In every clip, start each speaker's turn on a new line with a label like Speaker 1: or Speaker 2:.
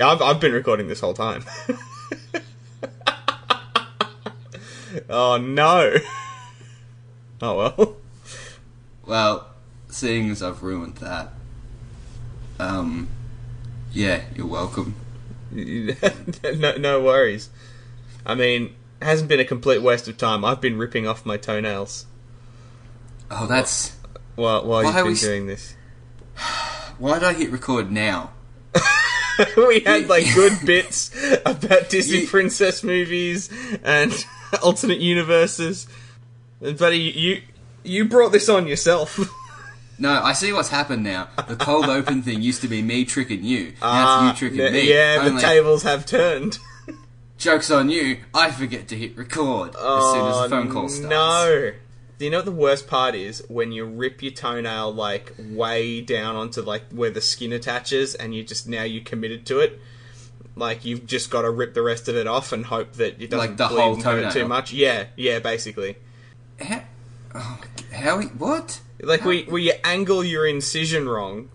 Speaker 1: I've, I've been recording this whole time. oh no. Oh well.
Speaker 2: Well, seeing as I've ruined that, um, yeah, you're welcome.
Speaker 1: no, no worries. I mean, hasn't been a complete waste of time. I've been ripping off my toenails
Speaker 2: Oh, that's
Speaker 1: while while
Speaker 2: Why
Speaker 1: you've
Speaker 2: are
Speaker 1: been
Speaker 2: we s-
Speaker 1: doing this.
Speaker 2: why did I hit record now?
Speaker 1: we had like good bits about Disney
Speaker 2: You-
Speaker 1: princess movies and alternate universes. And buddy, you you brought this on yourself.
Speaker 2: No, I see what's happened now. The cold open thing used to be me tricking you. Now
Speaker 1: Ah,
Speaker 2: it's you tricking
Speaker 1: yeah,
Speaker 2: me.
Speaker 1: Yeah, the
Speaker 2: Only
Speaker 1: tables have turned.
Speaker 2: Joke's on you. I forget to hit record as soon as the phone call starts.
Speaker 1: Oh, No. Do you know what the worst part is? When you rip your toenail like way down onto like where the skin attaches and you just now you committed to it. Like you've just gotta rip the rest of it off and hope that it doesn't
Speaker 2: Like the
Speaker 1: bleed
Speaker 2: whole
Speaker 1: and hurt too
Speaker 2: toenail.
Speaker 1: much. Yeah, yeah, basically.
Speaker 2: How? Oh, my g- how? we- What?
Speaker 1: Like we where you angle your incision wrong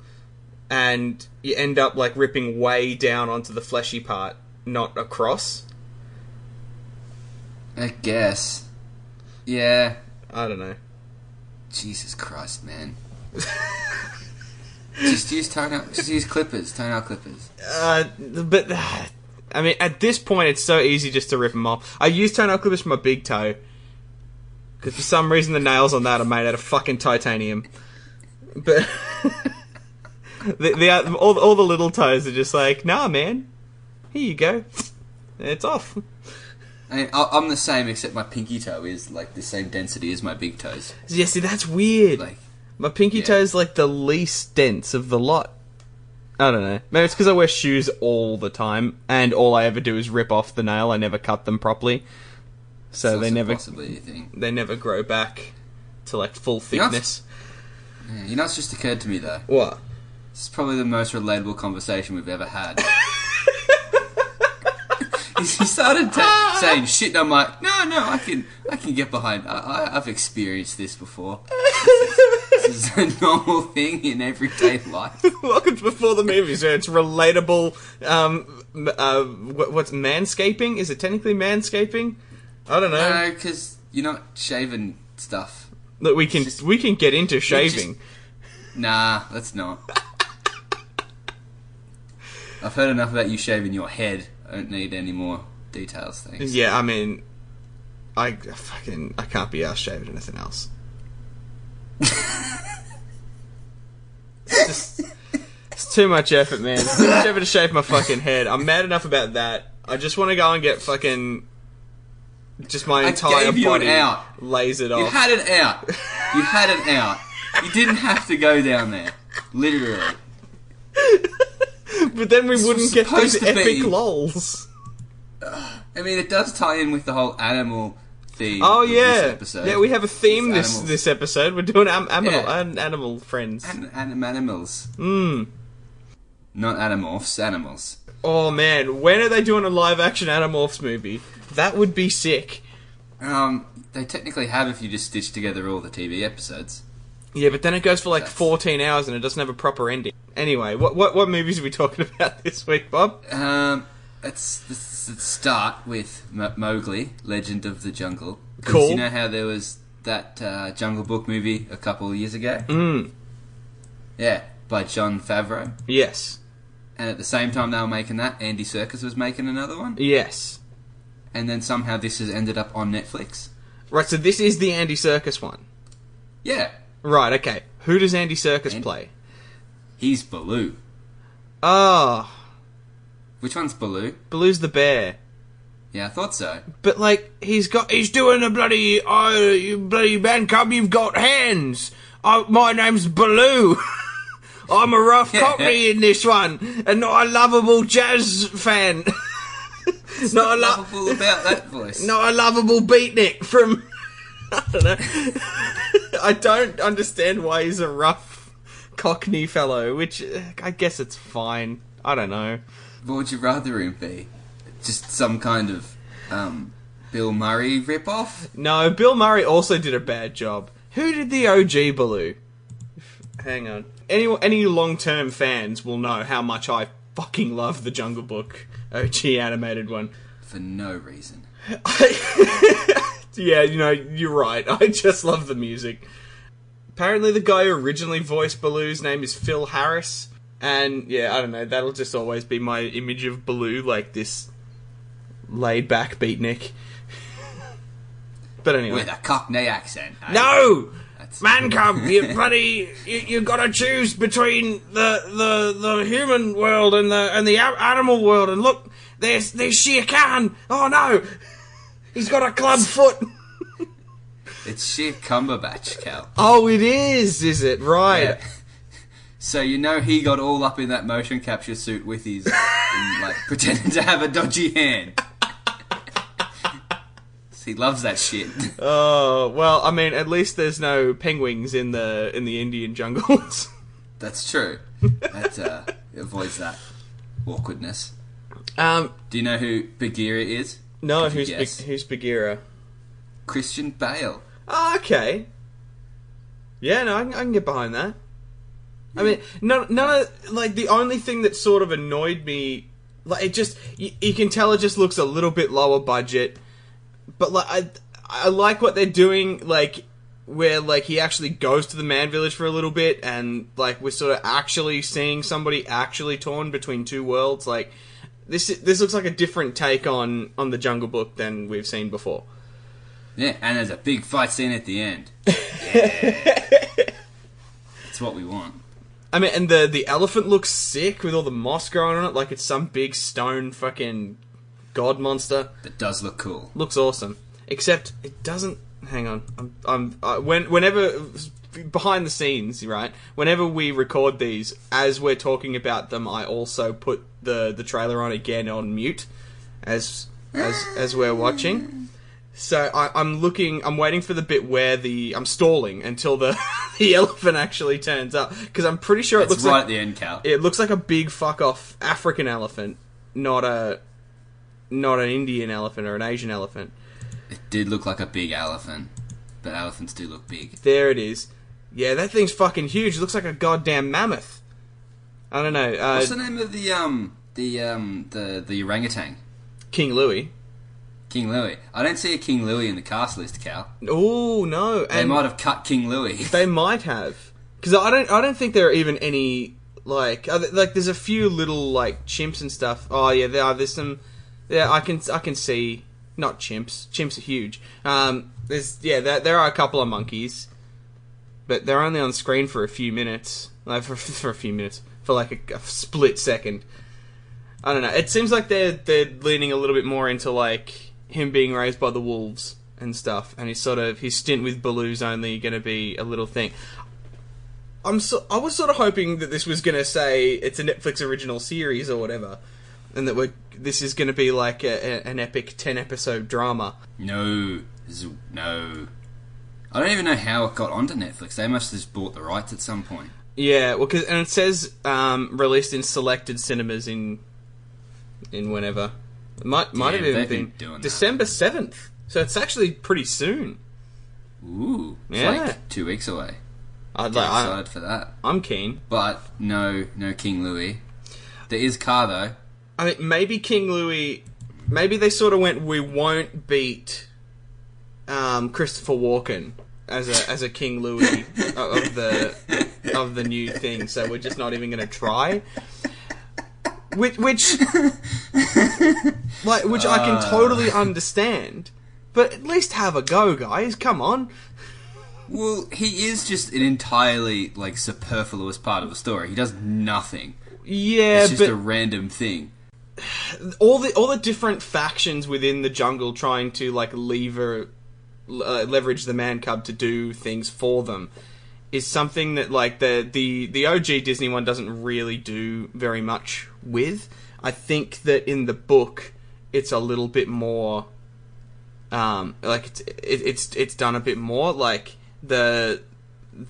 Speaker 1: and you end up like ripping way down onto the fleshy part, not across.
Speaker 2: I guess. Yeah.
Speaker 1: I don't know.
Speaker 2: Jesus Christ, man. just use toenail. Just use clippers. Toenail clippers.
Speaker 1: Uh, but uh, I mean, at this point, it's so easy just to rip them off. I use toenail clippers for my big toe because for some reason the nails on that are made out of fucking titanium. But the, the all, all the little toes are just like, nah, man. Here you go. It's off.
Speaker 2: I mean, I- I'm the same, except my pinky toe is like the same density as my big toes.
Speaker 1: Yeah, see, that's weird.
Speaker 2: Like,
Speaker 1: my pinky
Speaker 2: yeah.
Speaker 1: toe's like the least dense of the lot. I don't know. Maybe it's because I wear shoes all the time, and all I ever do is rip off the nail. I never cut them properly, so
Speaker 2: that's
Speaker 1: they
Speaker 2: a
Speaker 1: never
Speaker 2: possibility thing.
Speaker 1: they never grow back to like full
Speaker 2: You know,
Speaker 1: thickness.
Speaker 2: Yeah, you know, it's just occurred to me though.
Speaker 1: What?
Speaker 2: This is probably the most relatable conversation we've ever had. he started ta- saying shit, and I'm like, no, no, I can, I can get behind. I, I, I've experienced this before. This is, this is a normal thing in everyday life.
Speaker 1: Welcome to before the movies, where it's relatable. Um, m- uh, wh- what's manscaping? Is it technically manscaping? I don't know.
Speaker 2: No, because you're not shaving stuff.
Speaker 1: Look, we can we can get into shaving.
Speaker 2: Nah, that's not. I've heard enough about you shaving your head. I don't need any more details, thanks.
Speaker 1: Yeah, I mean, I fucking I can't be ass shaving anything else. it's just it's too much effort, man. It's too much effort to shave my fucking head. I'm mad enough about that. I just want to go and get fucking just my
Speaker 2: I
Speaker 1: entire
Speaker 2: gave you an
Speaker 1: body
Speaker 2: out.
Speaker 1: lasered
Speaker 2: You
Speaker 1: off.
Speaker 2: had it out. You had it out. You didn't have to go down there. Literally.
Speaker 1: but then we wouldn't
Speaker 2: was
Speaker 1: get those
Speaker 2: supposed to
Speaker 1: epic
Speaker 2: be-
Speaker 1: lols.
Speaker 2: I mean, it does tie in with the whole animal theme.
Speaker 1: Oh
Speaker 2: of
Speaker 1: yeah,
Speaker 2: This episode.
Speaker 1: yeah. We have a theme
Speaker 2: It's
Speaker 1: this
Speaker 2: animals.
Speaker 1: this episode. We're doing am- animal
Speaker 2: Yeah.
Speaker 1: an- animal friends.
Speaker 2: An- anim- animals.
Speaker 1: Hmm.
Speaker 2: Not animorphs, animals.
Speaker 1: Oh man, when are they doing a live action Animorphs movie? That would be sick.
Speaker 2: Um, they technically have if you just stitch together all the TV episodes.
Speaker 1: Yeah, but then it goes for like 14 hours and it doesn't have a proper ending. Anyway, what what, what movies are we talking about this week, Bob?
Speaker 2: Um, let's, let's, let's start with M- Mowgli, Legend of the Jungle. 'Cause
Speaker 1: Cool.
Speaker 2: You know how there was that uh, Jungle Book movie a couple of years ago?
Speaker 1: Mm,
Speaker 2: Yeah, by John Favreau.
Speaker 1: yes.
Speaker 2: And at the same time they were making that, Andy Serkis was making another one.
Speaker 1: Yes.
Speaker 2: And then somehow this has ended up on Netflix.
Speaker 1: Right, so this is the Andy Circus one.
Speaker 2: Yeah,
Speaker 1: Right, okay. Who does Andy Circus
Speaker 2: Andy-
Speaker 1: play?
Speaker 2: he's Baloo.
Speaker 1: Oh,
Speaker 2: Which one's Baloo?
Speaker 1: Baloo's the bear.
Speaker 2: Yeah, I thought so.
Speaker 1: But like he's got he's doing a bloody oh you bloody man come you've got hands. Oh, my name's Baloo. I'm a rough cockney in this one and not a lovable jazz fan. not a lo-
Speaker 2: Lovable about that voice.
Speaker 1: not a lovable beatnik from I don't know. I don't understand why he's a rough cockney fellow, which uh, I guess it's fine. I don't know.
Speaker 2: What would you rather him be? Just some kind of um, Bill Murray ripoff?
Speaker 1: No, Bill Murray also did a bad job. Who did the OG Baloo? Hang on. Any any long term fans will know how much I fucking love the Jungle Book OG animated one.
Speaker 2: for no reason.
Speaker 1: yeah, you know, you're right. I just love the music. Apparently, the guy who originally voiced Baloo's name is Phil Harris. And yeah, I don't know. That'll just always be my image of Baloo, like this laid back beatnik. but anyway.
Speaker 2: With a Cockney accent. eh?
Speaker 1: No!
Speaker 2: That's-
Speaker 1: Man cub, you bloody you, you gotta choose between the, the the human world and the and the a- animal world and look there's there's Shere Khan. Oh no. He's got a club foot.
Speaker 2: It's sheer Cumberbatch, Cal.
Speaker 1: Oh it is, is it? Right.
Speaker 2: Yeah. So you know he got all up in that motion capture suit with his, and, like pretending to have a dodgy hand. he loves that shit.
Speaker 1: Oh, well, I mean, at least there's no penguins in the in the Indian jungles.
Speaker 2: That's true. That uh, avoids that awkwardness.
Speaker 1: um
Speaker 2: Do you know who Bagheera is?
Speaker 1: no,
Speaker 2: Could you
Speaker 1: who's Big,
Speaker 2: guess?
Speaker 1: who's Bagheera?
Speaker 2: Christian Bale.
Speaker 1: Oh, okay. Yeah, no, I can, I can get behind that. I mean, none, none of like the only thing that sort of annoyed me, like it just you, you can tell it just looks a little bit lower budget, but like I I like what they're doing, like where like he actually goes to the man village for a little bit, and like we're sort of actually seeing somebody actually torn between two worlds. Like this this looks like a different take on on the Jungle Book than we've seen before.
Speaker 2: Yeah, and there's a big fight scene at the end. It's what we want.
Speaker 1: I mean, and the the elephant looks sick with all the moss growing on it, like it's some big stone fucking god monster.
Speaker 2: That does look cool.
Speaker 1: Looks awesome, except it doesn't. Hang on, I'm, I'm I, when whenever behind the scenes, right? Whenever we record these, as we're talking about them, I also put the the trailer on again on mute, as as as we're watching. So I, I'm looking, I'm waiting for the bit where the I'm stalling until the the elephant actually turns up because I'm pretty sure it
Speaker 2: It's
Speaker 1: looks
Speaker 2: right
Speaker 1: like
Speaker 2: at the end, Cal.
Speaker 1: it looks like a big fuck off African elephant, not a not an Indian elephant or an Asian elephant.
Speaker 2: It did look like a big elephant, but elephants do look big.
Speaker 1: There it is. Yeah, that thing's fucking huge. It looks like a goddamn mammoth. I don't know. Uh,
Speaker 2: What's the name of the um the um the the orangutan?
Speaker 1: King Louis.
Speaker 2: King Louis. I don't see a King Louis in the cast list, Cal.
Speaker 1: Oh no,
Speaker 2: They
Speaker 1: and
Speaker 2: might have cut King Louis.
Speaker 1: they might have because I don't I don't think there are even any like are there- like there's a few little like chimps and stuff. Oh yeah, there are. There's some. Yeah, I can I can see not chimps. Chimps are huge. Um, there's yeah there there are a couple of monkeys, but they're only on screen for a few minutes. Like for for a few minutes for like a, a split second. I don't know. It seems like they're they're leaning a little bit more into like him being raised by the wolves and stuff, and his sort of his stint with Baloo's only going to be a little thing. I'm so I was sort of hoping that this was going to say it's a Netflix original series or whatever, and that we're this is going to be like a, a, an epic ten episode drama.
Speaker 2: No, Z- no. I don't even know how it got onto Netflix. They must have just bought the rights at some point.
Speaker 1: Yeah, well, 'cause- and it says um, released in selected cinemas in in whenever. It might might
Speaker 2: Damn,
Speaker 1: have even
Speaker 2: they've been
Speaker 1: been
Speaker 2: doing that.
Speaker 1: December seventh, so it's actually pretty soon.
Speaker 2: Ooh, it's
Speaker 1: Yeah.
Speaker 2: like two weeks away.
Speaker 1: I'd
Speaker 2: Get
Speaker 1: like, I,
Speaker 2: excited for that.
Speaker 1: I'm keen.
Speaker 2: But no, no King Louis. There is Car though.
Speaker 1: I mean, maybe King Louis. Maybe they sort of went, we won't beat um, Christopher Walken as a as a King Louis o- of the of the new thing. So we're just not even going to try. Which, which, like, which I
Speaker 2: Uh.
Speaker 1: can totally understand. But at least have a go, guys. Come on.
Speaker 2: Well, he is just an entirely like superfluous part of the story. He does nothing.
Speaker 1: Yeah,
Speaker 2: It's just
Speaker 1: but
Speaker 2: a random thing.
Speaker 1: all the all the different factions within the jungle trying to like lever uh, leverage the man cub to do things for them is something that like the the the OG Disney one doesn't really do very much with. I think that in the book it's a little bit more um like it's it, it's it's done a bit more like the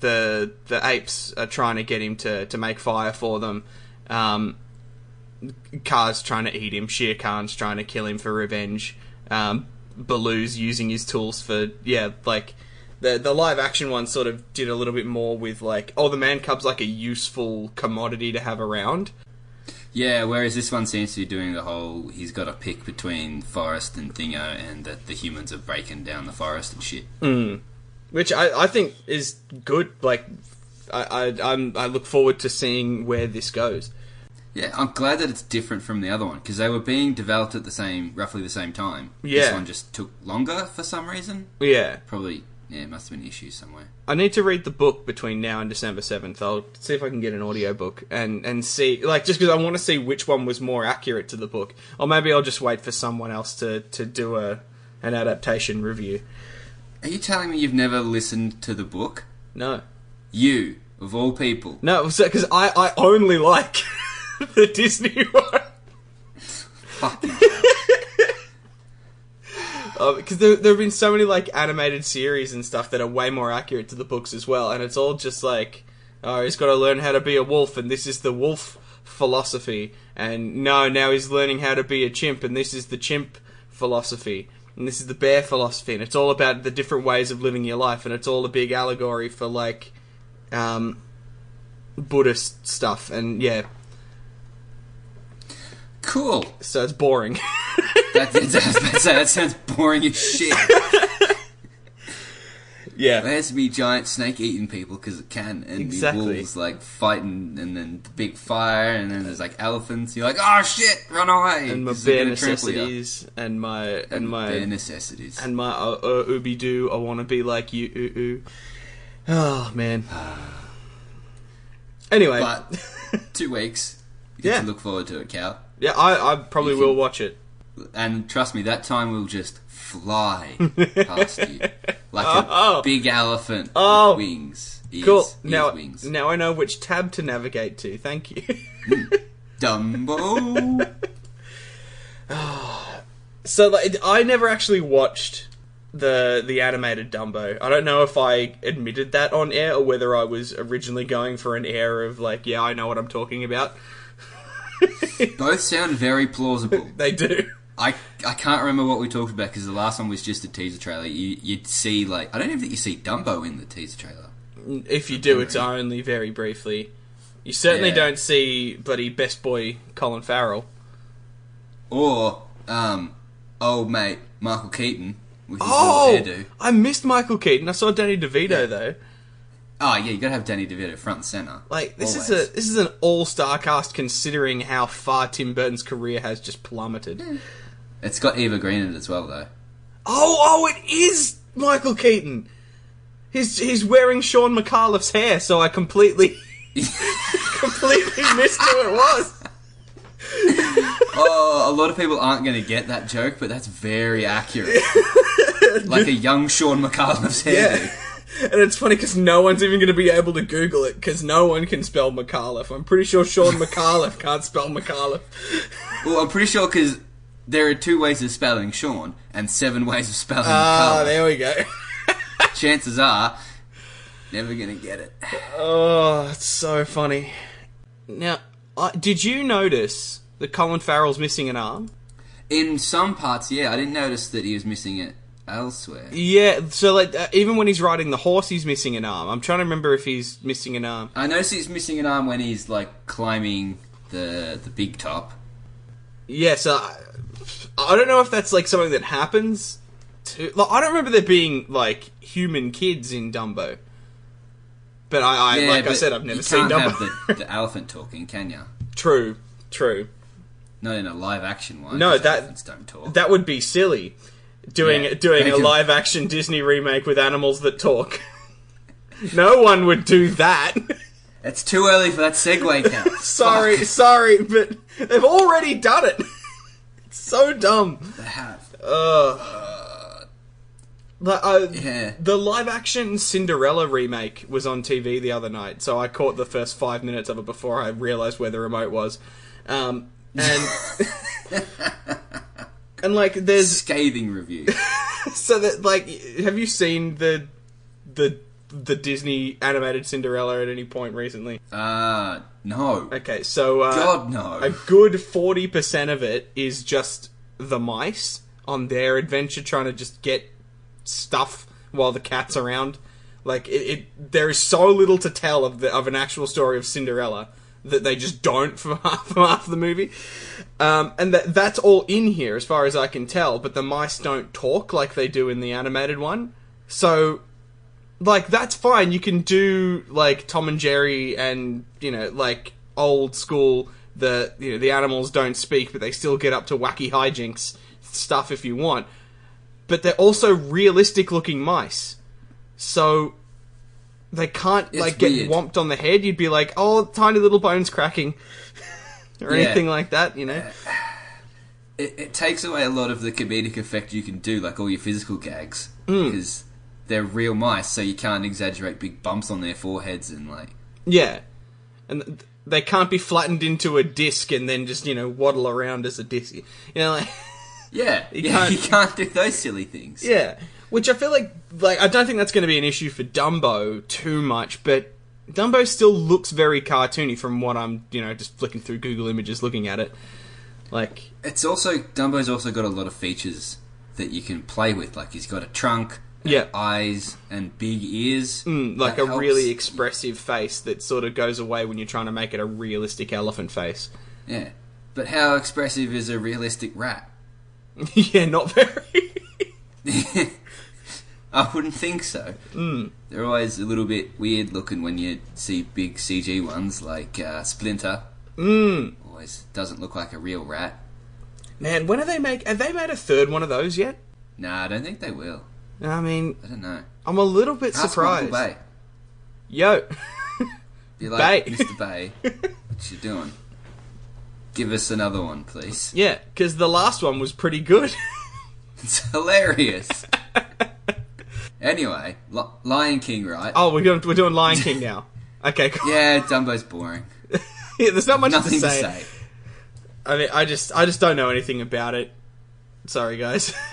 Speaker 1: the the apes are trying to get him to to make fire for them um Khar's trying to eat him. Shere Khan's trying to kill him for revenge. Um, Baloo's using his tools for yeah, like the the live action one sort of did a little bit more with like oh the man cub's like a useful commodity to have around.
Speaker 2: Yeah, whereas this one seems to be doing the whole he's got to pick between forest and thingo, and that the humans are breaking down the forest and shit.
Speaker 1: which I, I think is good. Like, I, I I'm I look forward to seeing where this goes.
Speaker 2: Yeah, I'm glad that it's different from the other one because they were being developed at the same, roughly the same time.
Speaker 1: Yeah.
Speaker 2: this one just took longer for some reason.
Speaker 1: Yeah,
Speaker 2: Probably, yeah, it must have been issues somewhere.
Speaker 1: I need to read the book between now and December seventh. I'll see if I can get an audiobook and and see like just because I want to see which one was more accurate to the book, or maybe I'll just wait for someone else to to do a an adaptation review.
Speaker 2: Are you telling me you've never listened to the book?
Speaker 1: No,
Speaker 2: You, of all people.
Speaker 1: no, because I I only like the Disney one.
Speaker 2: Fucking
Speaker 1: because Uh, there, there have been so many like animated series and stuff that are way more accurate to the books as well, and it's all just like, oh, he's got to learn how to be a wolf, and this is the wolf philosophy, and no, now he's learning how to be a chimp, and this is the chimp philosophy, and this is the bear philosophy, and it's all about the different ways of living your life, and it's all a big allegory for like, um, Buddhist stuff, and yeah,
Speaker 2: cool.
Speaker 1: so it's boring.
Speaker 2: That, that, that, that sounds boring as shit.
Speaker 1: yeah,
Speaker 2: There's me giant snake eating people because it can, and
Speaker 1: Exactly.
Speaker 2: the wolves like fighting, and then the big fire, and then there's like elephants. You're like, oh shit, run away!
Speaker 1: and my
Speaker 2: 'cause they're
Speaker 1: bare
Speaker 2: gonna trample you."
Speaker 1: necessities, and my and my
Speaker 2: bare necessities.
Speaker 1: and my uh, uh, ooby doo, I want to be like you, ooh, ooh. Oh, man. Anyway,
Speaker 2: but two weeks, you get
Speaker 1: Yeah.
Speaker 2: to look forward to it, Cal.
Speaker 1: yeah, I, I probably
Speaker 2: You can-
Speaker 1: will watch it.
Speaker 2: And trust me, that time will just fly past you like a
Speaker 1: Oh.
Speaker 2: big elephant
Speaker 1: Oh.
Speaker 2: with wings. Ears,
Speaker 1: Cool.
Speaker 2: ears,
Speaker 1: Now,
Speaker 2: wings.
Speaker 1: now I know which tab to navigate to. Thank you.
Speaker 2: Dumbo.
Speaker 1: so, like, I never actually watched the the animated Dumbo. I don't know if I admitted that on air or whether I was originally going for an air of like, yeah, I know what I'm talking about.
Speaker 2: Both sound very plausible.
Speaker 1: They do.
Speaker 2: I, I can't remember what we talked about because the last one was just a teaser trailer. You you'd see like I don't even think you see Dumbo in the teaser trailer.
Speaker 1: If you do, it's only very briefly. You certainly
Speaker 2: Yeah.
Speaker 1: don't see bloody best boy Colin Farrell.
Speaker 2: Or um, old mate Michael Keaton with his
Speaker 1: Oh,
Speaker 2: little hairdo.
Speaker 1: I missed Michael Keaton. I saw Danny DeVito though.
Speaker 2: Oh yeah, you gotta have Danny DeVito front and center.
Speaker 1: Like this
Speaker 2: Always.
Speaker 1: is a this is an all star cast considering how far Tim Burton's career has just plummeted.
Speaker 2: It's got Eva Green in it as well though.
Speaker 1: Oh, oh, it is Michael Keaton. He's he's wearing Sean McAuliffe's hair, so I completely completely missed who it was.
Speaker 2: Oh, a lot of people aren't gonna get that joke, but that's very accurate. like a young Sean McAuliffe's hairdo.
Speaker 1: Yeah. And it's funny because no one's even going to be able to Google it because no one can spell McAuliffe. I'm pretty sure Sean McAuliffe can't spell McAuliffe.
Speaker 2: Well, I'm pretty sure because there are two ways of spelling Sean and seven ways of spelling
Speaker 1: Ah,
Speaker 2: McAuliffe.
Speaker 1: there we go.
Speaker 2: chances are never gonna get it.
Speaker 1: Oh, it's so funny. Now, I did you notice that Colin Farrell's missing an arm?
Speaker 2: In some parts, yeah, I didn't notice that he was missing it elsewhere.
Speaker 1: Yeah, so like uh, even when he's riding the horse, he's missing an arm. I'm trying to remember if he's missing an arm.
Speaker 2: I noticed he's missing an arm when he's like climbing the the big top.
Speaker 1: Yeah, so I, I don't know if that's like something that happens. To, like, I don't remember there being like human kids in Dumbo. But I, I
Speaker 2: Yeah,
Speaker 1: like I
Speaker 2: but
Speaker 1: said, I've never
Speaker 2: you
Speaker 1: seen
Speaker 2: can't
Speaker 1: Dumbo.
Speaker 2: Have the, the elephant talking, can ya?
Speaker 1: true, true.
Speaker 2: Not in a live action one.
Speaker 1: No,
Speaker 2: 'cause
Speaker 1: that-
Speaker 2: elephants don't talk.
Speaker 1: That would be silly. Doing
Speaker 2: Yeah,
Speaker 1: doing
Speaker 2: they
Speaker 1: a
Speaker 2: do.
Speaker 1: live action Disney remake with animals that talk. no one would do that.
Speaker 2: it's too early for that segue. Cal.
Speaker 1: sorry, sorry, but they've already done it. it's so dumb.
Speaker 2: They have.
Speaker 1: Like, I-
Speaker 2: Yeah.
Speaker 1: The live action Cinderella remake was on TV the other night, so I caught the first five minutes of it before I realized where the remote was. Um, and and like there's
Speaker 2: Scathing review.
Speaker 1: so that like have you seen the the the Disney animated Cinderella at any point recently?
Speaker 2: Uh, no.
Speaker 1: Okay, so uh,
Speaker 2: God, no.
Speaker 1: a good forty percent of it is just the mice on their adventure trying to just get stuff while the cat's around. Like it, it there is so little to tell of the, of an actual story of Cinderella that they just don't for half, for half the movie. Um, and that that's all in here, as far as I can tell. But the mice don't talk like they do in the animated one. So, like, that's fine. You can do like Tom and Jerry, and you know, like old school. The you know the animals don't speak, but they still get up to wacky hijinks stuff if you want. But they're also realistic looking mice, so they can't
Speaker 2: It's
Speaker 1: like
Speaker 2: weird.
Speaker 1: get womped on the head. You'd be like, oh, tiny little bones cracking, or
Speaker 2: Yeah.
Speaker 1: anything like that. You know.
Speaker 2: it, it takes away a lot of the comedic effect you can do, like all your physical gags,
Speaker 1: Hmm.
Speaker 2: because they're real mice, so you can't exaggerate big bumps on their foreheads and like.
Speaker 1: Yeah, and th- they can't be flattened into a disc and then just you know waddle around as a disc. You know, like
Speaker 2: Yeah, yeah,
Speaker 1: can't-
Speaker 2: you can't do those silly things.
Speaker 1: yeah. Which I feel like like I don't think that's going to be an issue for Dumbo too much, but Dumbo still looks very cartoony from what I'm you know just flicking through Google Images looking at it. Like
Speaker 2: It's also Dumbo's also got a lot of features that you can play with. Like he's got a trunk, and
Speaker 1: Yeah.
Speaker 2: eyes, and big ears.
Speaker 1: mm, like
Speaker 2: That
Speaker 1: a
Speaker 2: helps.
Speaker 1: really expressive face that sort of goes away when you're trying to make it a realistic elephant face.
Speaker 2: yeah. But how expressive is a realistic rat?
Speaker 1: yeah, not very.
Speaker 2: I wouldn't think so.
Speaker 1: Hmm.
Speaker 2: They're always a little bit weird looking when you see big CG ones like uh, Splinter.
Speaker 1: Hmm.
Speaker 2: Mm. Always doesn't look like a real rat.
Speaker 1: Man, when are they make? Have they made a third one of those yet?
Speaker 2: Nah, I don't think they will.
Speaker 1: I mean,
Speaker 2: I don't know.
Speaker 1: I'm a little bit
Speaker 2: Ask
Speaker 1: surprised.
Speaker 2: Michael Bay.
Speaker 1: Yo,
Speaker 2: Be like,
Speaker 1: Bay.
Speaker 2: Mr. Bay, what you doing? Give us another one, please.
Speaker 1: yeah, because the last one was pretty good.
Speaker 2: It's hilarious. anyway, Li- Lion King, right?
Speaker 1: oh, we're doing we're doing Lion King now. Okay, cool.
Speaker 2: Yeah, Dumbo's boring.
Speaker 1: Yeah, there's not much
Speaker 2: Nothing
Speaker 1: to, say. I mean, I just I just don't know anything about it. Sorry, guys.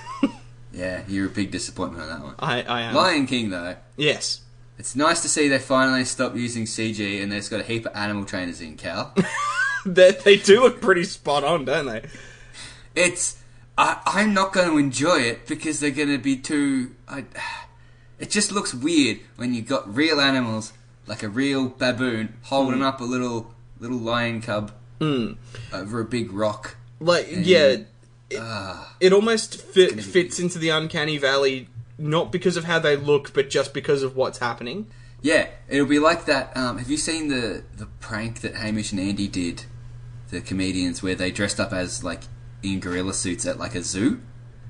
Speaker 2: Yeah, you're a big disappointment on that one.
Speaker 1: I I am
Speaker 2: Lion King, though,
Speaker 1: yes.
Speaker 2: it's nice to see they finally stopped using CG and they've got a heap of animal trainers in Cal.
Speaker 1: They they do look pretty spot on, don't they?
Speaker 2: it's. I, I'm not going to enjoy it because they're going to be too. I, it just looks weird when you've got real animals, like a real baboon, holding up a little little lion cub over a big rock.
Speaker 1: Like
Speaker 2: Mm.
Speaker 1: yeah, it,
Speaker 2: Ah.
Speaker 1: it almost fit, fits into the uncanny valley, not because of how they look, but just because of what's happening.
Speaker 2: Yeah, it'll be like that. Um, have you seen the the prank that Hamish and Andy did, the comedians, where they dressed up as like in gorilla suits at like a zoo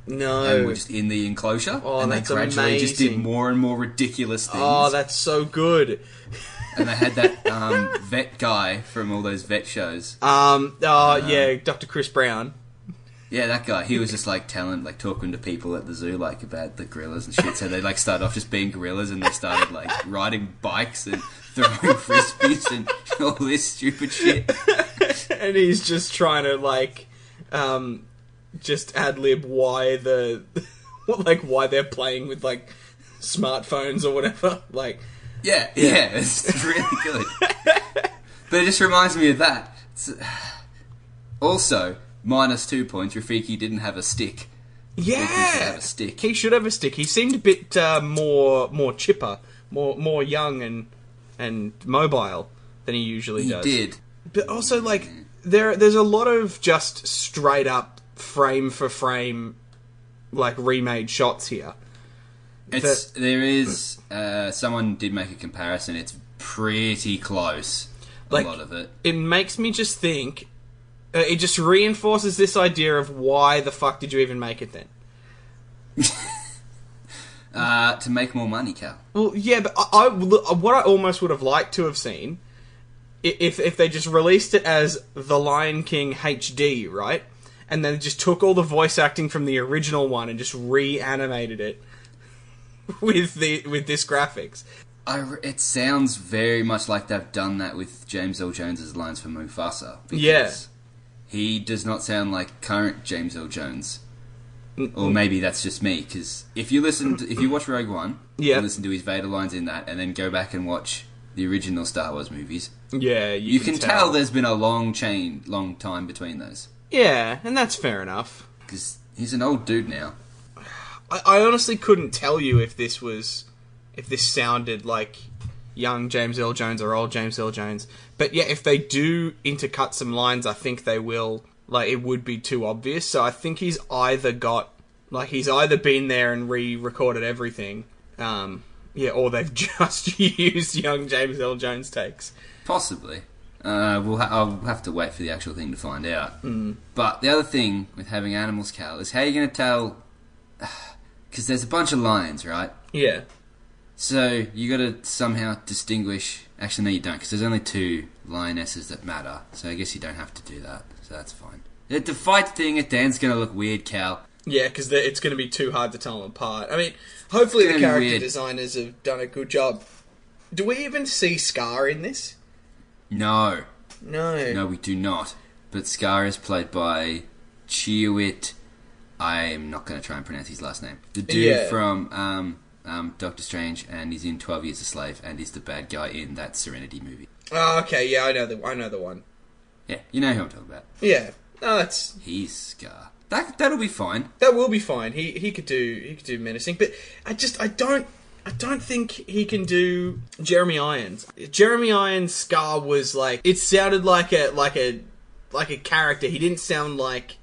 Speaker 2: and
Speaker 1: No.
Speaker 2: were just in the enclosure,
Speaker 1: Oh,
Speaker 2: and they
Speaker 1: that's
Speaker 2: gradually just did
Speaker 1: amazing.
Speaker 2: more and more ridiculous things.
Speaker 1: Oh, that's so good.
Speaker 2: and they had that um, vet guy from all those vet shows.
Speaker 1: Um.
Speaker 2: Ah.
Speaker 1: Oh yeah, Dr. Chris Brown.
Speaker 2: Yeah, that guy. He was just like telling, like talking to people at the zoo, like about the gorillas and shit. So they like started off just being gorillas, and they started like riding bikes and throwing frisbees and all this stupid shit.
Speaker 1: and he's just trying to like um just ad lib why the like why they're playing with like smartphones or whatever like
Speaker 2: Yeah, yeah, it's really good. but it just reminds me of that. It's- also, minus two points. Rafiki didn't have a stick. He should have
Speaker 1: yeah
Speaker 2: a stick.
Speaker 1: he should have a stick he seemed a bit uh, more more chipper more more young and and mobile than he usually
Speaker 2: He
Speaker 1: does
Speaker 2: did.
Speaker 1: but also like there there's a lot of just straight up frame for frame like remade shots here
Speaker 2: It's there is uh, someone did make a comparison. It's pretty close. A
Speaker 1: Like-
Speaker 2: lot of it.
Speaker 1: it makes me just think uh, it just reinforces this idea of why the fuck did you even make it then
Speaker 2: Uh, to make more money, Cal.
Speaker 1: well yeah but i, I look, what i almost would have liked to have seen i- if if they just released it as the lion king hd right and then just took all the voice acting from the original one and just reanimated it with the with this graphics
Speaker 2: I r it sounds very much like they've done that with James L. Jones's lines for Mufasa. Because
Speaker 1: Yeah.
Speaker 2: He does not sound like current James L. Jones. Or maybe that's just me, because if you listen, to, if you watch Rogue One,
Speaker 1: Yeah.
Speaker 2: and listen to his Vader lines in that, and then go back and watch the original Star Wars movies,
Speaker 1: yeah you,
Speaker 2: you can tell there's been a long chain, long time between those.
Speaker 1: yeah and that's fair enough
Speaker 2: Because he's an old dude now.
Speaker 1: I, I honestly couldn't tell you if this was if this sounded like young James Earl Jones or old James Earl Jones. But yeah, if they do intercut some lines, I think they will. Like it would be too obvious. So I think he's either got like he's either been there and re-recorded everything, um, yeah, or they've just used young James Earl Jones takes.
Speaker 2: Possibly. Uh, we'll ha- I'll have to wait for the actual thing to find out. Mm. But the other thing with having animals, Cal, is how you're going to tell. Because there's a bunch of lions, right?
Speaker 1: Yeah,
Speaker 2: So you got to somehow distinguish. Actually, no, you don't, because there's only two lionesses that matter. So I guess you don't have to do that. So that's fine. The, the fight thing at the end's going to look weird, Cal.
Speaker 1: yeah, because it's going to be too hard to tell them apart. I mean, hopefully
Speaker 2: It's
Speaker 1: the
Speaker 2: gonna be
Speaker 1: character
Speaker 2: weird.
Speaker 1: designers have done a good job. Do we even see Scar in this?
Speaker 2: No,
Speaker 1: No.
Speaker 2: no, we do not. But Scar is played by Chiwetel. I'm not going to try and pronounce his last name. The dude
Speaker 1: Yeah.
Speaker 2: from um, um, Doctor Strange, and he's in Twelve Years a Slave, and he's the bad guy in that Serenity movie.
Speaker 1: Oh, okay. Yeah, I know the I know the one.
Speaker 2: Yeah, you know who I'm talking about.
Speaker 1: Yeah. No, that's
Speaker 2: He's Scar. That that'll be fine.
Speaker 1: that will be fine. He he could do he could do menacing, but I just I don't I don't think he can do Jeremy Irons. Jeremy Irons' Scar was like it sounded like a like a like a character. He didn't sound like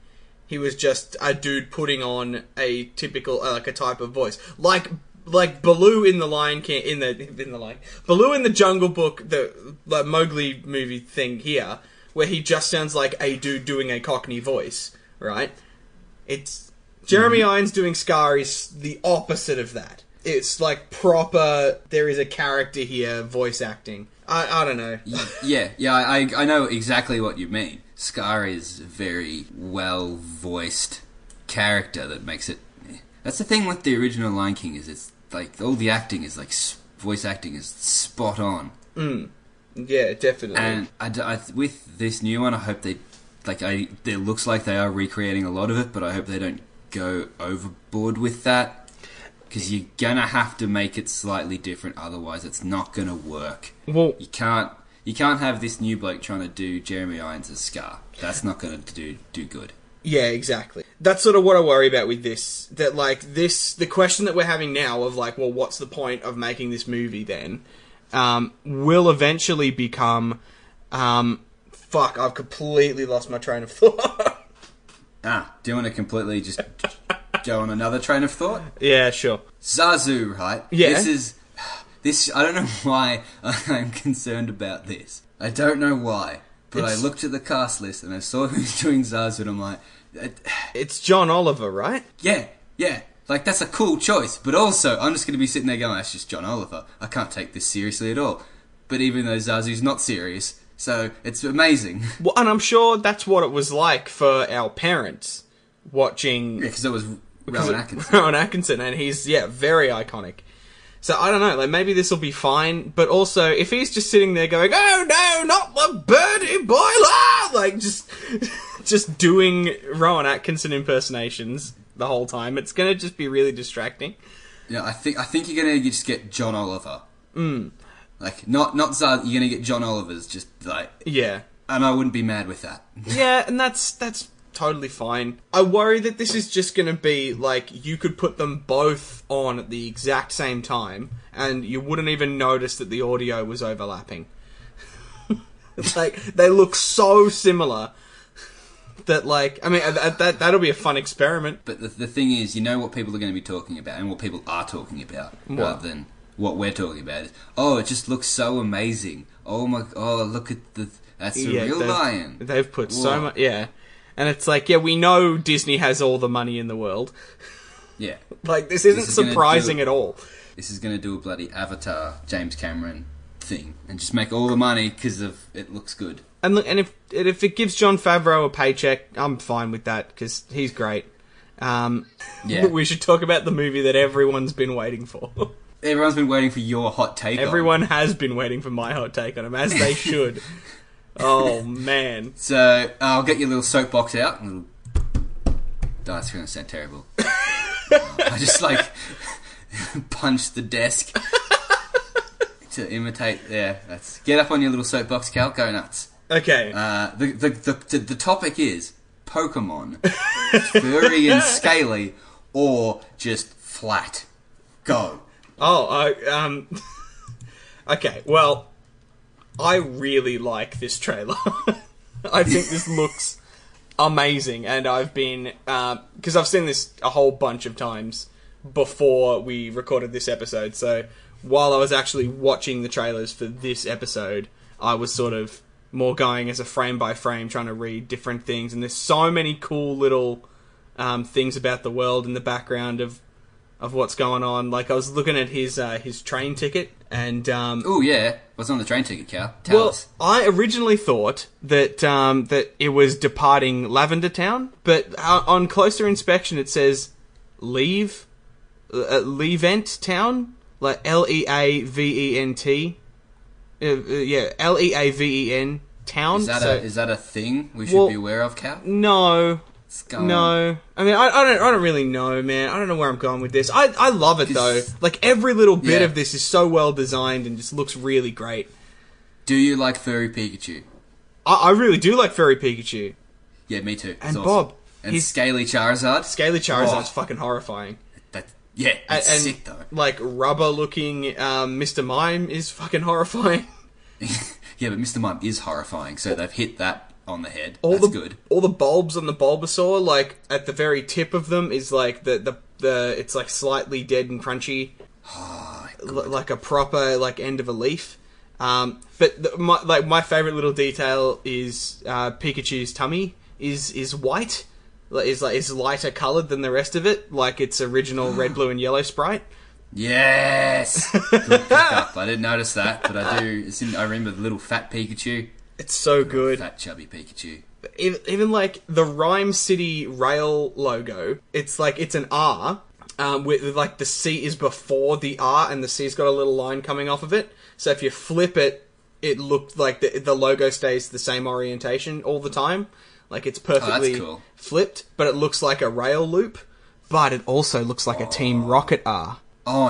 Speaker 1: he was just a dude putting on a typical uh, like a type of voice like like Baloo in the Lion King in the in the Lion Baloo in the Jungle Book the like Mowgli movie thing here where he just sounds like a dude doing a Cockney voice right it's Jeremy
Speaker 2: Mm-hmm.
Speaker 1: Irons doing Scar is the opposite of that it's like proper there is a character here voice acting I I don't know
Speaker 2: yeah, yeah, I, I know exactly what you mean. Scar is a very well voiced character that makes it. That's the thing with the original Lion King is it's like all the acting is like s- voice acting is spot on.
Speaker 1: yeah definitely
Speaker 2: And I d I with this new one, I hope they like I. It looks like they are recreating a lot of it, but I hope they don't go overboard with that because you're gonna have to make it slightly different. Otherwise, it's not gonna work.
Speaker 1: well
Speaker 2: You can't you can't have this new bloke trying to do Jeremy Irons as Scar. That's not going to do do good.
Speaker 1: Yeah, exactly. That's sort of what I worry about with this. That like this, the question that we're having now of like, well, what's the point of making this movie then? Um, will eventually become, um, fuck, I've completely lost my train of thought.
Speaker 2: Ah, do you want to completely just go on another train of thought?
Speaker 1: yeah, sure.
Speaker 2: Zazu, right?
Speaker 1: Yeah.
Speaker 2: This is this. I don't know why I'm concerned about this. I don't know why, but I
Speaker 1: It's-
Speaker 2: looked at the cast list and I saw who's doing Zazu, and I'm like, "That-
Speaker 1: It's John Oliver, right?
Speaker 2: yeah, yeah. Like that's a cool choice, but also I'm just going to be sitting there going, "That's just John Oliver. I can't take this seriously at all." But even though Zazu's not serious, so it's amazing.
Speaker 1: Well, and I'm sure that's what it was like for our parents watching
Speaker 2: because it was Rowan Atkinson.
Speaker 1: Rowan Atkinson, and he's yeah, very iconic. So I don't know, like maybe this will be fine, but also if he's just sitting there going, "Oh no, not the birdie boiler!" like just just doing Rowan Atkinson impersonations the whole time, it's gonna just be really distracting.
Speaker 2: Yeah, I think I think you're gonna just get John Oliver. Mm. Like not not Zard. You're gonna get John Oliver's just like,
Speaker 1: Yeah,
Speaker 2: and I wouldn't be mad with that.
Speaker 1: yeah, and that's that's totally fine. I worry that this is just gonna be like you could put them both on at the exact same time, and you wouldn't even notice that the audio was overlapping. It's like they look so similar that like I mean that, that that'll be a fun experiment.
Speaker 2: But the, the thing is, you know what people are going to be talking about and what people are talking about, rather than what we're talking about. Is oh, it just looks so amazing. Oh my, oh look at the that's a real
Speaker 1: they've,
Speaker 2: lion.
Speaker 1: They've put
Speaker 2: Whoa.
Speaker 1: so much, yeah. And it's like, yeah, we know Disney has all the money in the world.
Speaker 2: yeah,
Speaker 1: Like this isn't
Speaker 2: is gonna do
Speaker 1: surprising
Speaker 2: it.
Speaker 1: at all.
Speaker 2: this is going to do a bloody Avatar James Cameron thing and just make all the money because of it looks good.
Speaker 1: And look, and if and if it gives John Favreau a paycheck, I'm fine with that because he's great. Um,
Speaker 2: Yeah.
Speaker 1: we should talk about the movie that everyone's been waiting for.
Speaker 2: Everyone's been waiting for your hot take. on it.
Speaker 1: Everyone has been waiting for my hot take on him, as they should. oh man,
Speaker 2: So uh, I'll get your little soapbox out. Little... That's going to sound terrible. I just like punched the desk to imitate. Yeah, that's get up on your little soapbox, Cal. Go nuts.
Speaker 1: okay,
Speaker 2: Uh, the, the the the the topic is Pokemon, furry and scaly, or just flat. Go.
Speaker 1: Oh, I, um, Okay, well, I really like this trailer. I think this looks amazing, and I've been because I've seen this a whole bunch of times before we recorded this episode. So while I was actually watching the trailers for this episode, I was sort of more going as a frame by frame, trying to read different things. And there's so many cool little um, things about the world in the background of of what's going on. Like I was looking at his uh, his train ticket, and um,
Speaker 2: Oh yeah, what's on the train ticket, Cal? Tell
Speaker 1: well,
Speaker 2: us.
Speaker 1: I originally thought that um, that it was departing Lavender Town, but uh, on closer inspection, it says leave uh, Levent Town, like L E A V E N T. Uh, uh, yeah, L E A V E N Town.
Speaker 2: Is that
Speaker 1: so-
Speaker 2: a is that a thing we should
Speaker 1: Well-
Speaker 2: be aware of, Cal?
Speaker 1: no,
Speaker 2: It's going-
Speaker 1: no. I mean, I, I don't. I don't really know, man. I don't know where I'm going with this. I I love it though. Like every little bit
Speaker 2: Yeah.
Speaker 1: of this is so well designed and just looks really great.
Speaker 2: Do you like furry Pikachu?
Speaker 1: I, I really do like Fairy Pikachu.
Speaker 2: Yeah, me too. It's
Speaker 1: And
Speaker 2: awesome.
Speaker 1: Bob,
Speaker 2: and
Speaker 1: he's-
Speaker 2: Scaly Charizard.
Speaker 1: Scaly Charizard's
Speaker 2: Oh.
Speaker 1: fucking horrifying.
Speaker 2: that yeah,
Speaker 1: A-
Speaker 2: it's
Speaker 1: and
Speaker 2: sick though.
Speaker 1: like rubber looking um, Mr. Mime is fucking horrifying.
Speaker 2: yeah, but Mr. Mime is horrifying, so they've hit that on the head.
Speaker 1: All
Speaker 2: That's
Speaker 1: the
Speaker 2: good.
Speaker 1: all the bulbs on the Bulbasaur, like at the very tip of them, is like the the, the it's like slightly dead and crunchy, L- like a proper like end of a leaf. Um, but the, my like my favorite little detail is uh, Pikachu's tummy is is white, like, is like is lighter colored than the rest of it, like its original red, blue, and yellow sprite.
Speaker 2: Yes. Good pickup. I didn't notice that, but I do. It's in, I remember the little fat Pikachu,
Speaker 1: It's so good.
Speaker 2: fat chubby Pikachu.
Speaker 1: even, even like the Rhyme City Rail logo, it's like it's an R. Um, with with, like the C is before the R, and the C's got a little line coming off of it. So if you flip it, it looked like the the logo stays the same orientation all the time. Like it's perfectly
Speaker 2: Oh, cool.
Speaker 1: flipped, but it looks like a rail loop. But it also looks like a Team Rocket R.
Speaker 2: Oh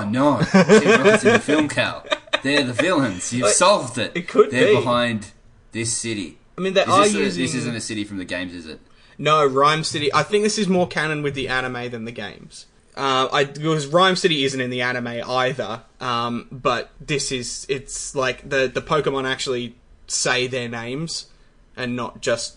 Speaker 2: no! Team Rocket's in the film, Cal. They're the villains. You've solved it.
Speaker 1: it could be.
Speaker 2: They're behind this city.
Speaker 1: I mean, they
Speaker 2: is
Speaker 1: are
Speaker 2: this, a-
Speaker 1: using
Speaker 2: this isn't a city from the games, is it?
Speaker 1: No, Rhyme City. I think this is more canon with the anime than the games. Uh, I because Rhyme City isn't in the anime either. Um, but this is it's like the the Pokemon actually say their names and not just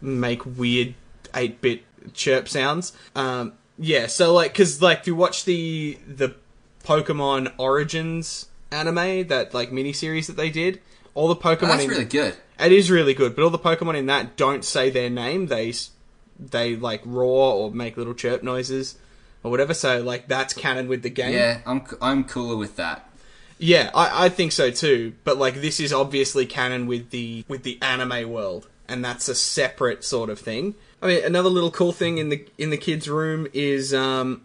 Speaker 1: make weird eight bit chirp sounds. Um, yeah, so like because like if you watch the the Pokemon Origins anime that like miniseries that they did, all the Pokemon
Speaker 2: Oh, That's
Speaker 1: in-
Speaker 2: really good.
Speaker 1: it is really good, but all the Pokemon in that don't say their name. They s- they like roar or make little chirp noises or whatever. So like that's canon with the game.
Speaker 2: Yeah, I'm c- I'm cooler with that.
Speaker 1: Yeah, I, I think so too. But like this is obviously canon with the with the anime world, and that's a separate sort of thing. I mean, another little cool thing in the in the kid's room is um,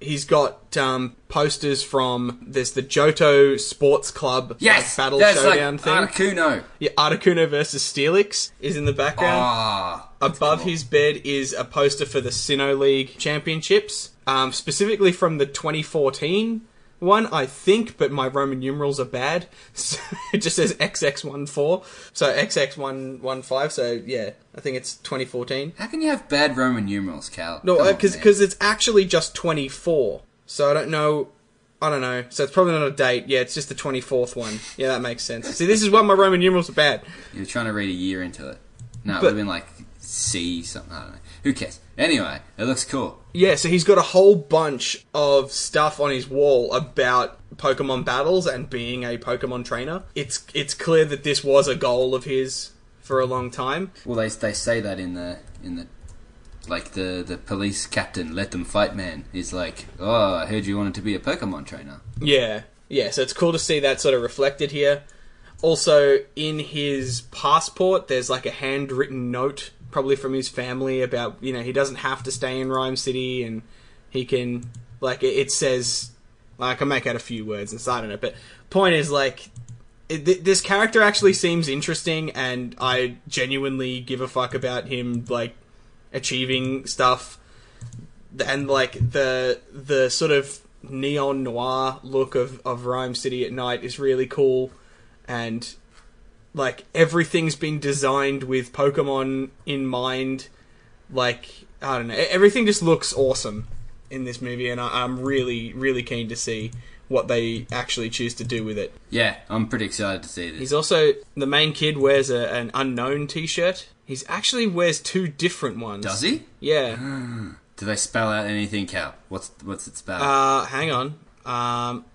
Speaker 1: he's got um, posters from there's the Johto Sports Club like,
Speaker 2: Yes,
Speaker 1: battle
Speaker 2: that's
Speaker 1: showdown
Speaker 2: like
Speaker 1: thing.
Speaker 2: Articuno.
Speaker 1: yeah, Articuno versus Steelix is in the background.
Speaker 2: Ah,
Speaker 1: Above his bed is a poster for the Sinnoh League Championships, um, specifically from the 2014 one, I think, but my Roman numerals are bad. So it just says XX14. So XX115, so yeah, I think it's 2014.
Speaker 2: how can you have bad Roman numerals, Cal?
Speaker 1: No,
Speaker 2: Come on,
Speaker 1: because
Speaker 2: man.
Speaker 1: uh, it's actually just 24. So I don't know. I don't know. So it's probably not a date. Yeah, it's just the 24th one. Yeah, that makes sense. See, this is why my Roman numerals are bad.
Speaker 2: You're trying to read a year into it. No, it
Speaker 1: But-
Speaker 2: would have been like C something. I don't know. Who cares? Anyway, it looks cool.
Speaker 1: Yeah, so he's got a whole bunch of stuff on his wall about Pokemon battles and being a Pokemon trainer. It's it's clear that this was a goal of his for a long time.
Speaker 2: Well, they they say that in the in the like the the police captain, let them fight, man. He's like, oh, I heard you wanted to be a Pokemon trainer.
Speaker 1: Yeah. Yeah, so it's cool to see that sort of reflected here. Also, in his passport, there's like a handwritten note, probably from his family, about, you know, he doesn't have to stay in Rhyme City and he can, like, it, it says, I can make out a few words and I don't know, but point is, like, it, th- this character actually seems interesting and I genuinely give a fuck about him, like, achieving stuff and like the the sort of neon noir look of of Rhyme City at night is really cool, and like everything's been designed with Pokemon in mind. Like I don't know, e- everything just looks awesome in this movie, and I, I'm really really keen to see what they actually choose to do with it.
Speaker 2: Yeah, I'm pretty excited to see this.
Speaker 1: He's also the main kid wears a, an unknown T-shirt. He's actually wears two different ones.
Speaker 2: Does he? Ah.
Speaker 1: Yeah.
Speaker 2: Do they spell out anything, Cal? What's what's it spell?
Speaker 1: Uh, hang on. Um,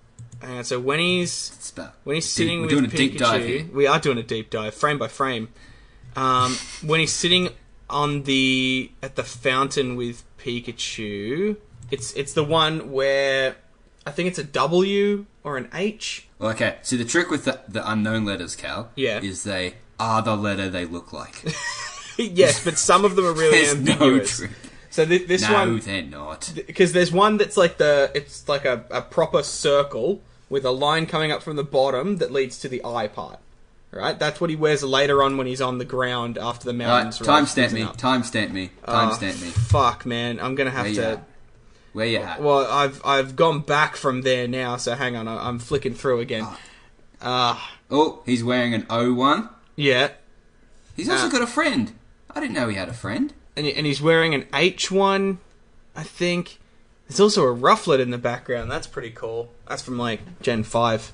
Speaker 1: hang on. So when he's
Speaker 2: spell.
Speaker 1: when he's
Speaker 2: Deep-
Speaker 1: sitting
Speaker 2: we're
Speaker 1: with Pikachu,
Speaker 2: doing a deep dive here.
Speaker 1: we are doing a deep dive, frame by frame. Um, when he's sitting on the at the fountain with Pikachu, it's it's the one where I think it's a W or an H.
Speaker 2: Well, okay, so the trick with the, the unknown letters, Cal,
Speaker 1: Yeah.
Speaker 2: is they are the letter they look like.
Speaker 1: yes, but some of them are really
Speaker 2: There's no
Speaker 1: ambiguous.
Speaker 2: trick.
Speaker 1: so thi- this
Speaker 2: No,
Speaker 1: one
Speaker 2: they're not.
Speaker 1: because there's one that's like the it's like a, a proper circle with a line coming up from the bottom that leads to the eye part. Right, that's what he wears later on when he's on the ground after the
Speaker 2: Right,
Speaker 1: mountains. rise
Speaker 2: timestamp me.
Speaker 1: and up.
Speaker 2: Timestamp me.
Speaker 1: Ah.
Speaker 2: Timestamp me.
Speaker 1: Fuck, man, I'm gonna have
Speaker 2: Where you
Speaker 1: to.
Speaker 2: at? Where you at?
Speaker 1: Well, I've I've gone back from there now, so hang on, I, I'm flicking through again.
Speaker 2: Ah. Oh, he's wearing an O1.
Speaker 1: Yeah,
Speaker 2: He's also
Speaker 1: Ah.
Speaker 2: got a friend. I didn't know he had a friend.
Speaker 1: and he- and he's wearing an H one, I think. There's also a rufflet in the background. That's pretty cool. That's from like Gen five.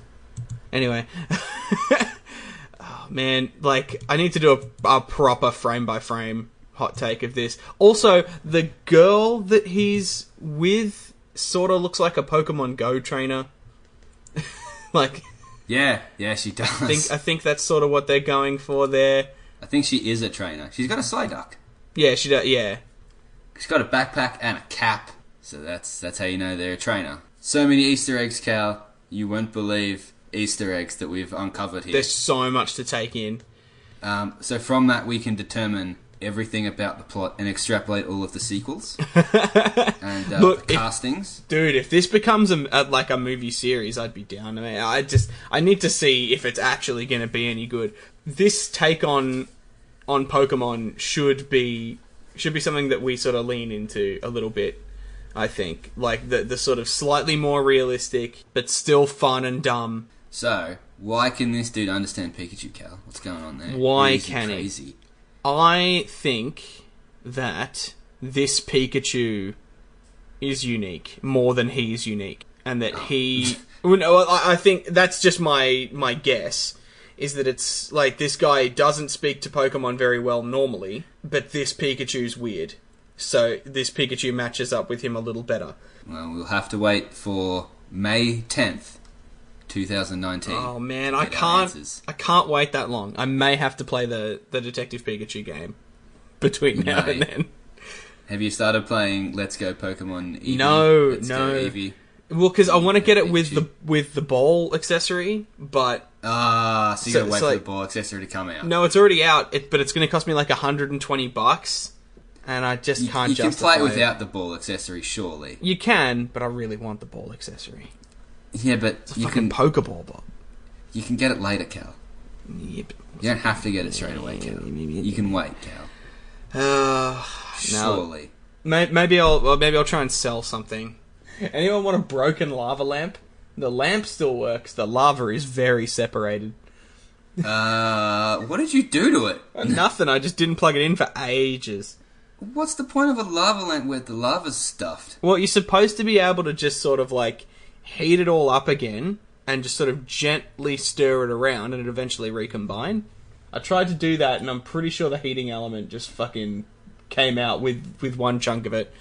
Speaker 1: Anyway, oh man, like I need to do a, a proper frame by frame hot take of this. Also, the girl that he's with sort of looks like a Pokemon Go trainer. like
Speaker 2: Yeah, yeah, she does.
Speaker 1: I think I think that's sort of what they're going for there.
Speaker 2: I think she is a trainer. She's got a Psyduck.
Speaker 1: Yeah, she does. Yeah,
Speaker 2: She's got a backpack and a cap. So that's that's how you know they're a trainer. So many Easter eggs, Cal. You won't believe Easter eggs that we've uncovered here.
Speaker 1: there's so much to take in.
Speaker 2: Um, so from that, we can determine everything about the plot and extrapolate all of the sequels and uh,
Speaker 1: Look,
Speaker 2: the
Speaker 1: if-
Speaker 2: castings.
Speaker 1: Dude, if this becomes a, a like a movie series, I'd be down. I mean, I just I need to see if it's actually going to be any good. This take on on Pokemon should be should be something that we sort of lean into a little bit. I think like the the sort of slightly more realistic but still fun and dumb.
Speaker 2: So why can this dude understand Pikachu, Cal? What's going on there?
Speaker 1: Why
Speaker 2: Is
Speaker 1: can he?
Speaker 2: crazy? he?
Speaker 1: I think that this Pikachu is unique more than he is unique, and that he. well, no, I I think that's just my my guess. Is that it's like this guy doesn't speak to Pokemon very well normally, but this Pikachu's weird, so this Pikachu matches up with him a little better.
Speaker 2: Well, we'll have to wait for May tenth, two thousand nineteen.
Speaker 1: Oh man, I
Speaker 2: Get our
Speaker 1: can't
Speaker 2: answers.
Speaker 1: I can't wait that long. I may have to play the the Detective Pikachu game between now
Speaker 2: may.
Speaker 1: and then.
Speaker 2: Have you started playing Let's Go Pokemon? Eevee?
Speaker 1: No,
Speaker 2: Let's Go
Speaker 1: no.
Speaker 2: Eevee?
Speaker 1: Well, because I want to get it with
Speaker 2: Pikachu.
Speaker 1: the with the bowl accessory, but
Speaker 2: Ah, so you
Speaker 1: So
Speaker 2: gotta
Speaker 1: it's
Speaker 2: wait for
Speaker 1: like-
Speaker 2: the ball accessory to come out.
Speaker 1: no, it's already out. It, but it's going to cost me like hundred and twenty bucks, and I just
Speaker 2: you,
Speaker 1: can't
Speaker 2: you can
Speaker 1: justify
Speaker 2: play it without the ball accessory, surely.
Speaker 1: You can, but I really want the bowl accessory.
Speaker 2: Yeah, but you
Speaker 1: Fucking
Speaker 2: can
Speaker 1: pokeball, Bob.
Speaker 2: you can get it later, Cal.
Speaker 1: Yeah, but-
Speaker 2: You don't have to get it straight away, Cal. You can wait, Cal.
Speaker 1: Uh, no,
Speaker 2: Surely.
Speaker 1: May- maybe I'll well, maybe I'll try and sell something. Anyone want a broken lava lamp? The lamp still works. The lava is very separated.
Speaker 2: Uh, what did you do to it?
Speaker 1: Nothing. I just didn't plug it in for ages.
Speaker 2: What's the point of a lava lamp where the lava's stuffed?
Speaker 1: Well, you're supposed to be able to just sort of like heat it all up again and just sort of gently stir it around and it eventually recombine. I tried to do that and I'm pretty sure the heating element just fucking came out with with one chunk of it.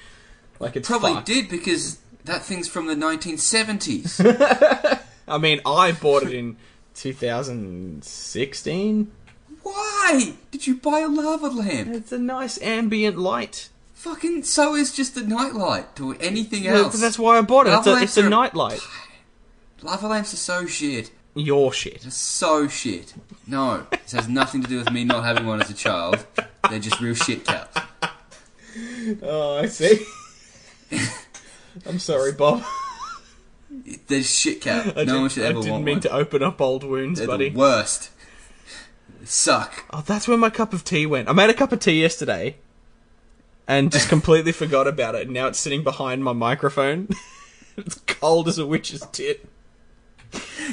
Speaker 1: Like it's
Speaker 2: Probably
Speaker 1: fucked.
Speaker 2: did because that thing's from the 1970s.
Speaker 1: I mean, I bought it in 2016.
Speaker 2: Why did you buy a lava lamp?
Speaker 1: It's a nice ambient light.
Speaker 2: Fucking so is just a nightlight to anything
Speaker 1: That's,
Speaker 2: else.
Speaker 1: that's why I bought it. It's
Speaker 2: Lava
Speaker 1: a,
Speaker 2: lamps
Speaker 1: it's a
Speaker 2: are-
Speaker 1: nightlight.
Speaker 2: Lava lamps are so shit.
Speaker 1: Your shit.
Speaker 2: So shit. No, this has nothing to do with me not having one as a child. They're just real shit cows.
Speaker 1: Oh, I see. I'm sorry, Bob.
Speaker 2: They're shit cows.
Speaker 1: I
Speaker 2: No
Speaker 1: didn't-
Speaker 2: one should
Speaker 1: I
Speaker 2: ever
Speaker 1: didn't
Speaker 2: want
Speaker 1: mean
Speaker 2: one.
Speaker 1: to open up old wounds,
Speaker 2: They're
Speaker 1: buddy.
Speaker 2: the worst. They suck.
Speaker 1: Oh, that's where my cup of tea went. I made a cup of tea yesterday, and just completely forgot about it. Now it's sitting behind my microphone. it's cold as a witch's tit.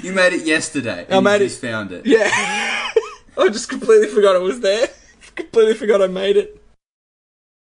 Speaker 2: You made it yesterday. And I
Speaker 1: made
Speaker 2: you just found it.
Speaker 1: Yeah, I just completely forgot it was there. completely forgot I made it.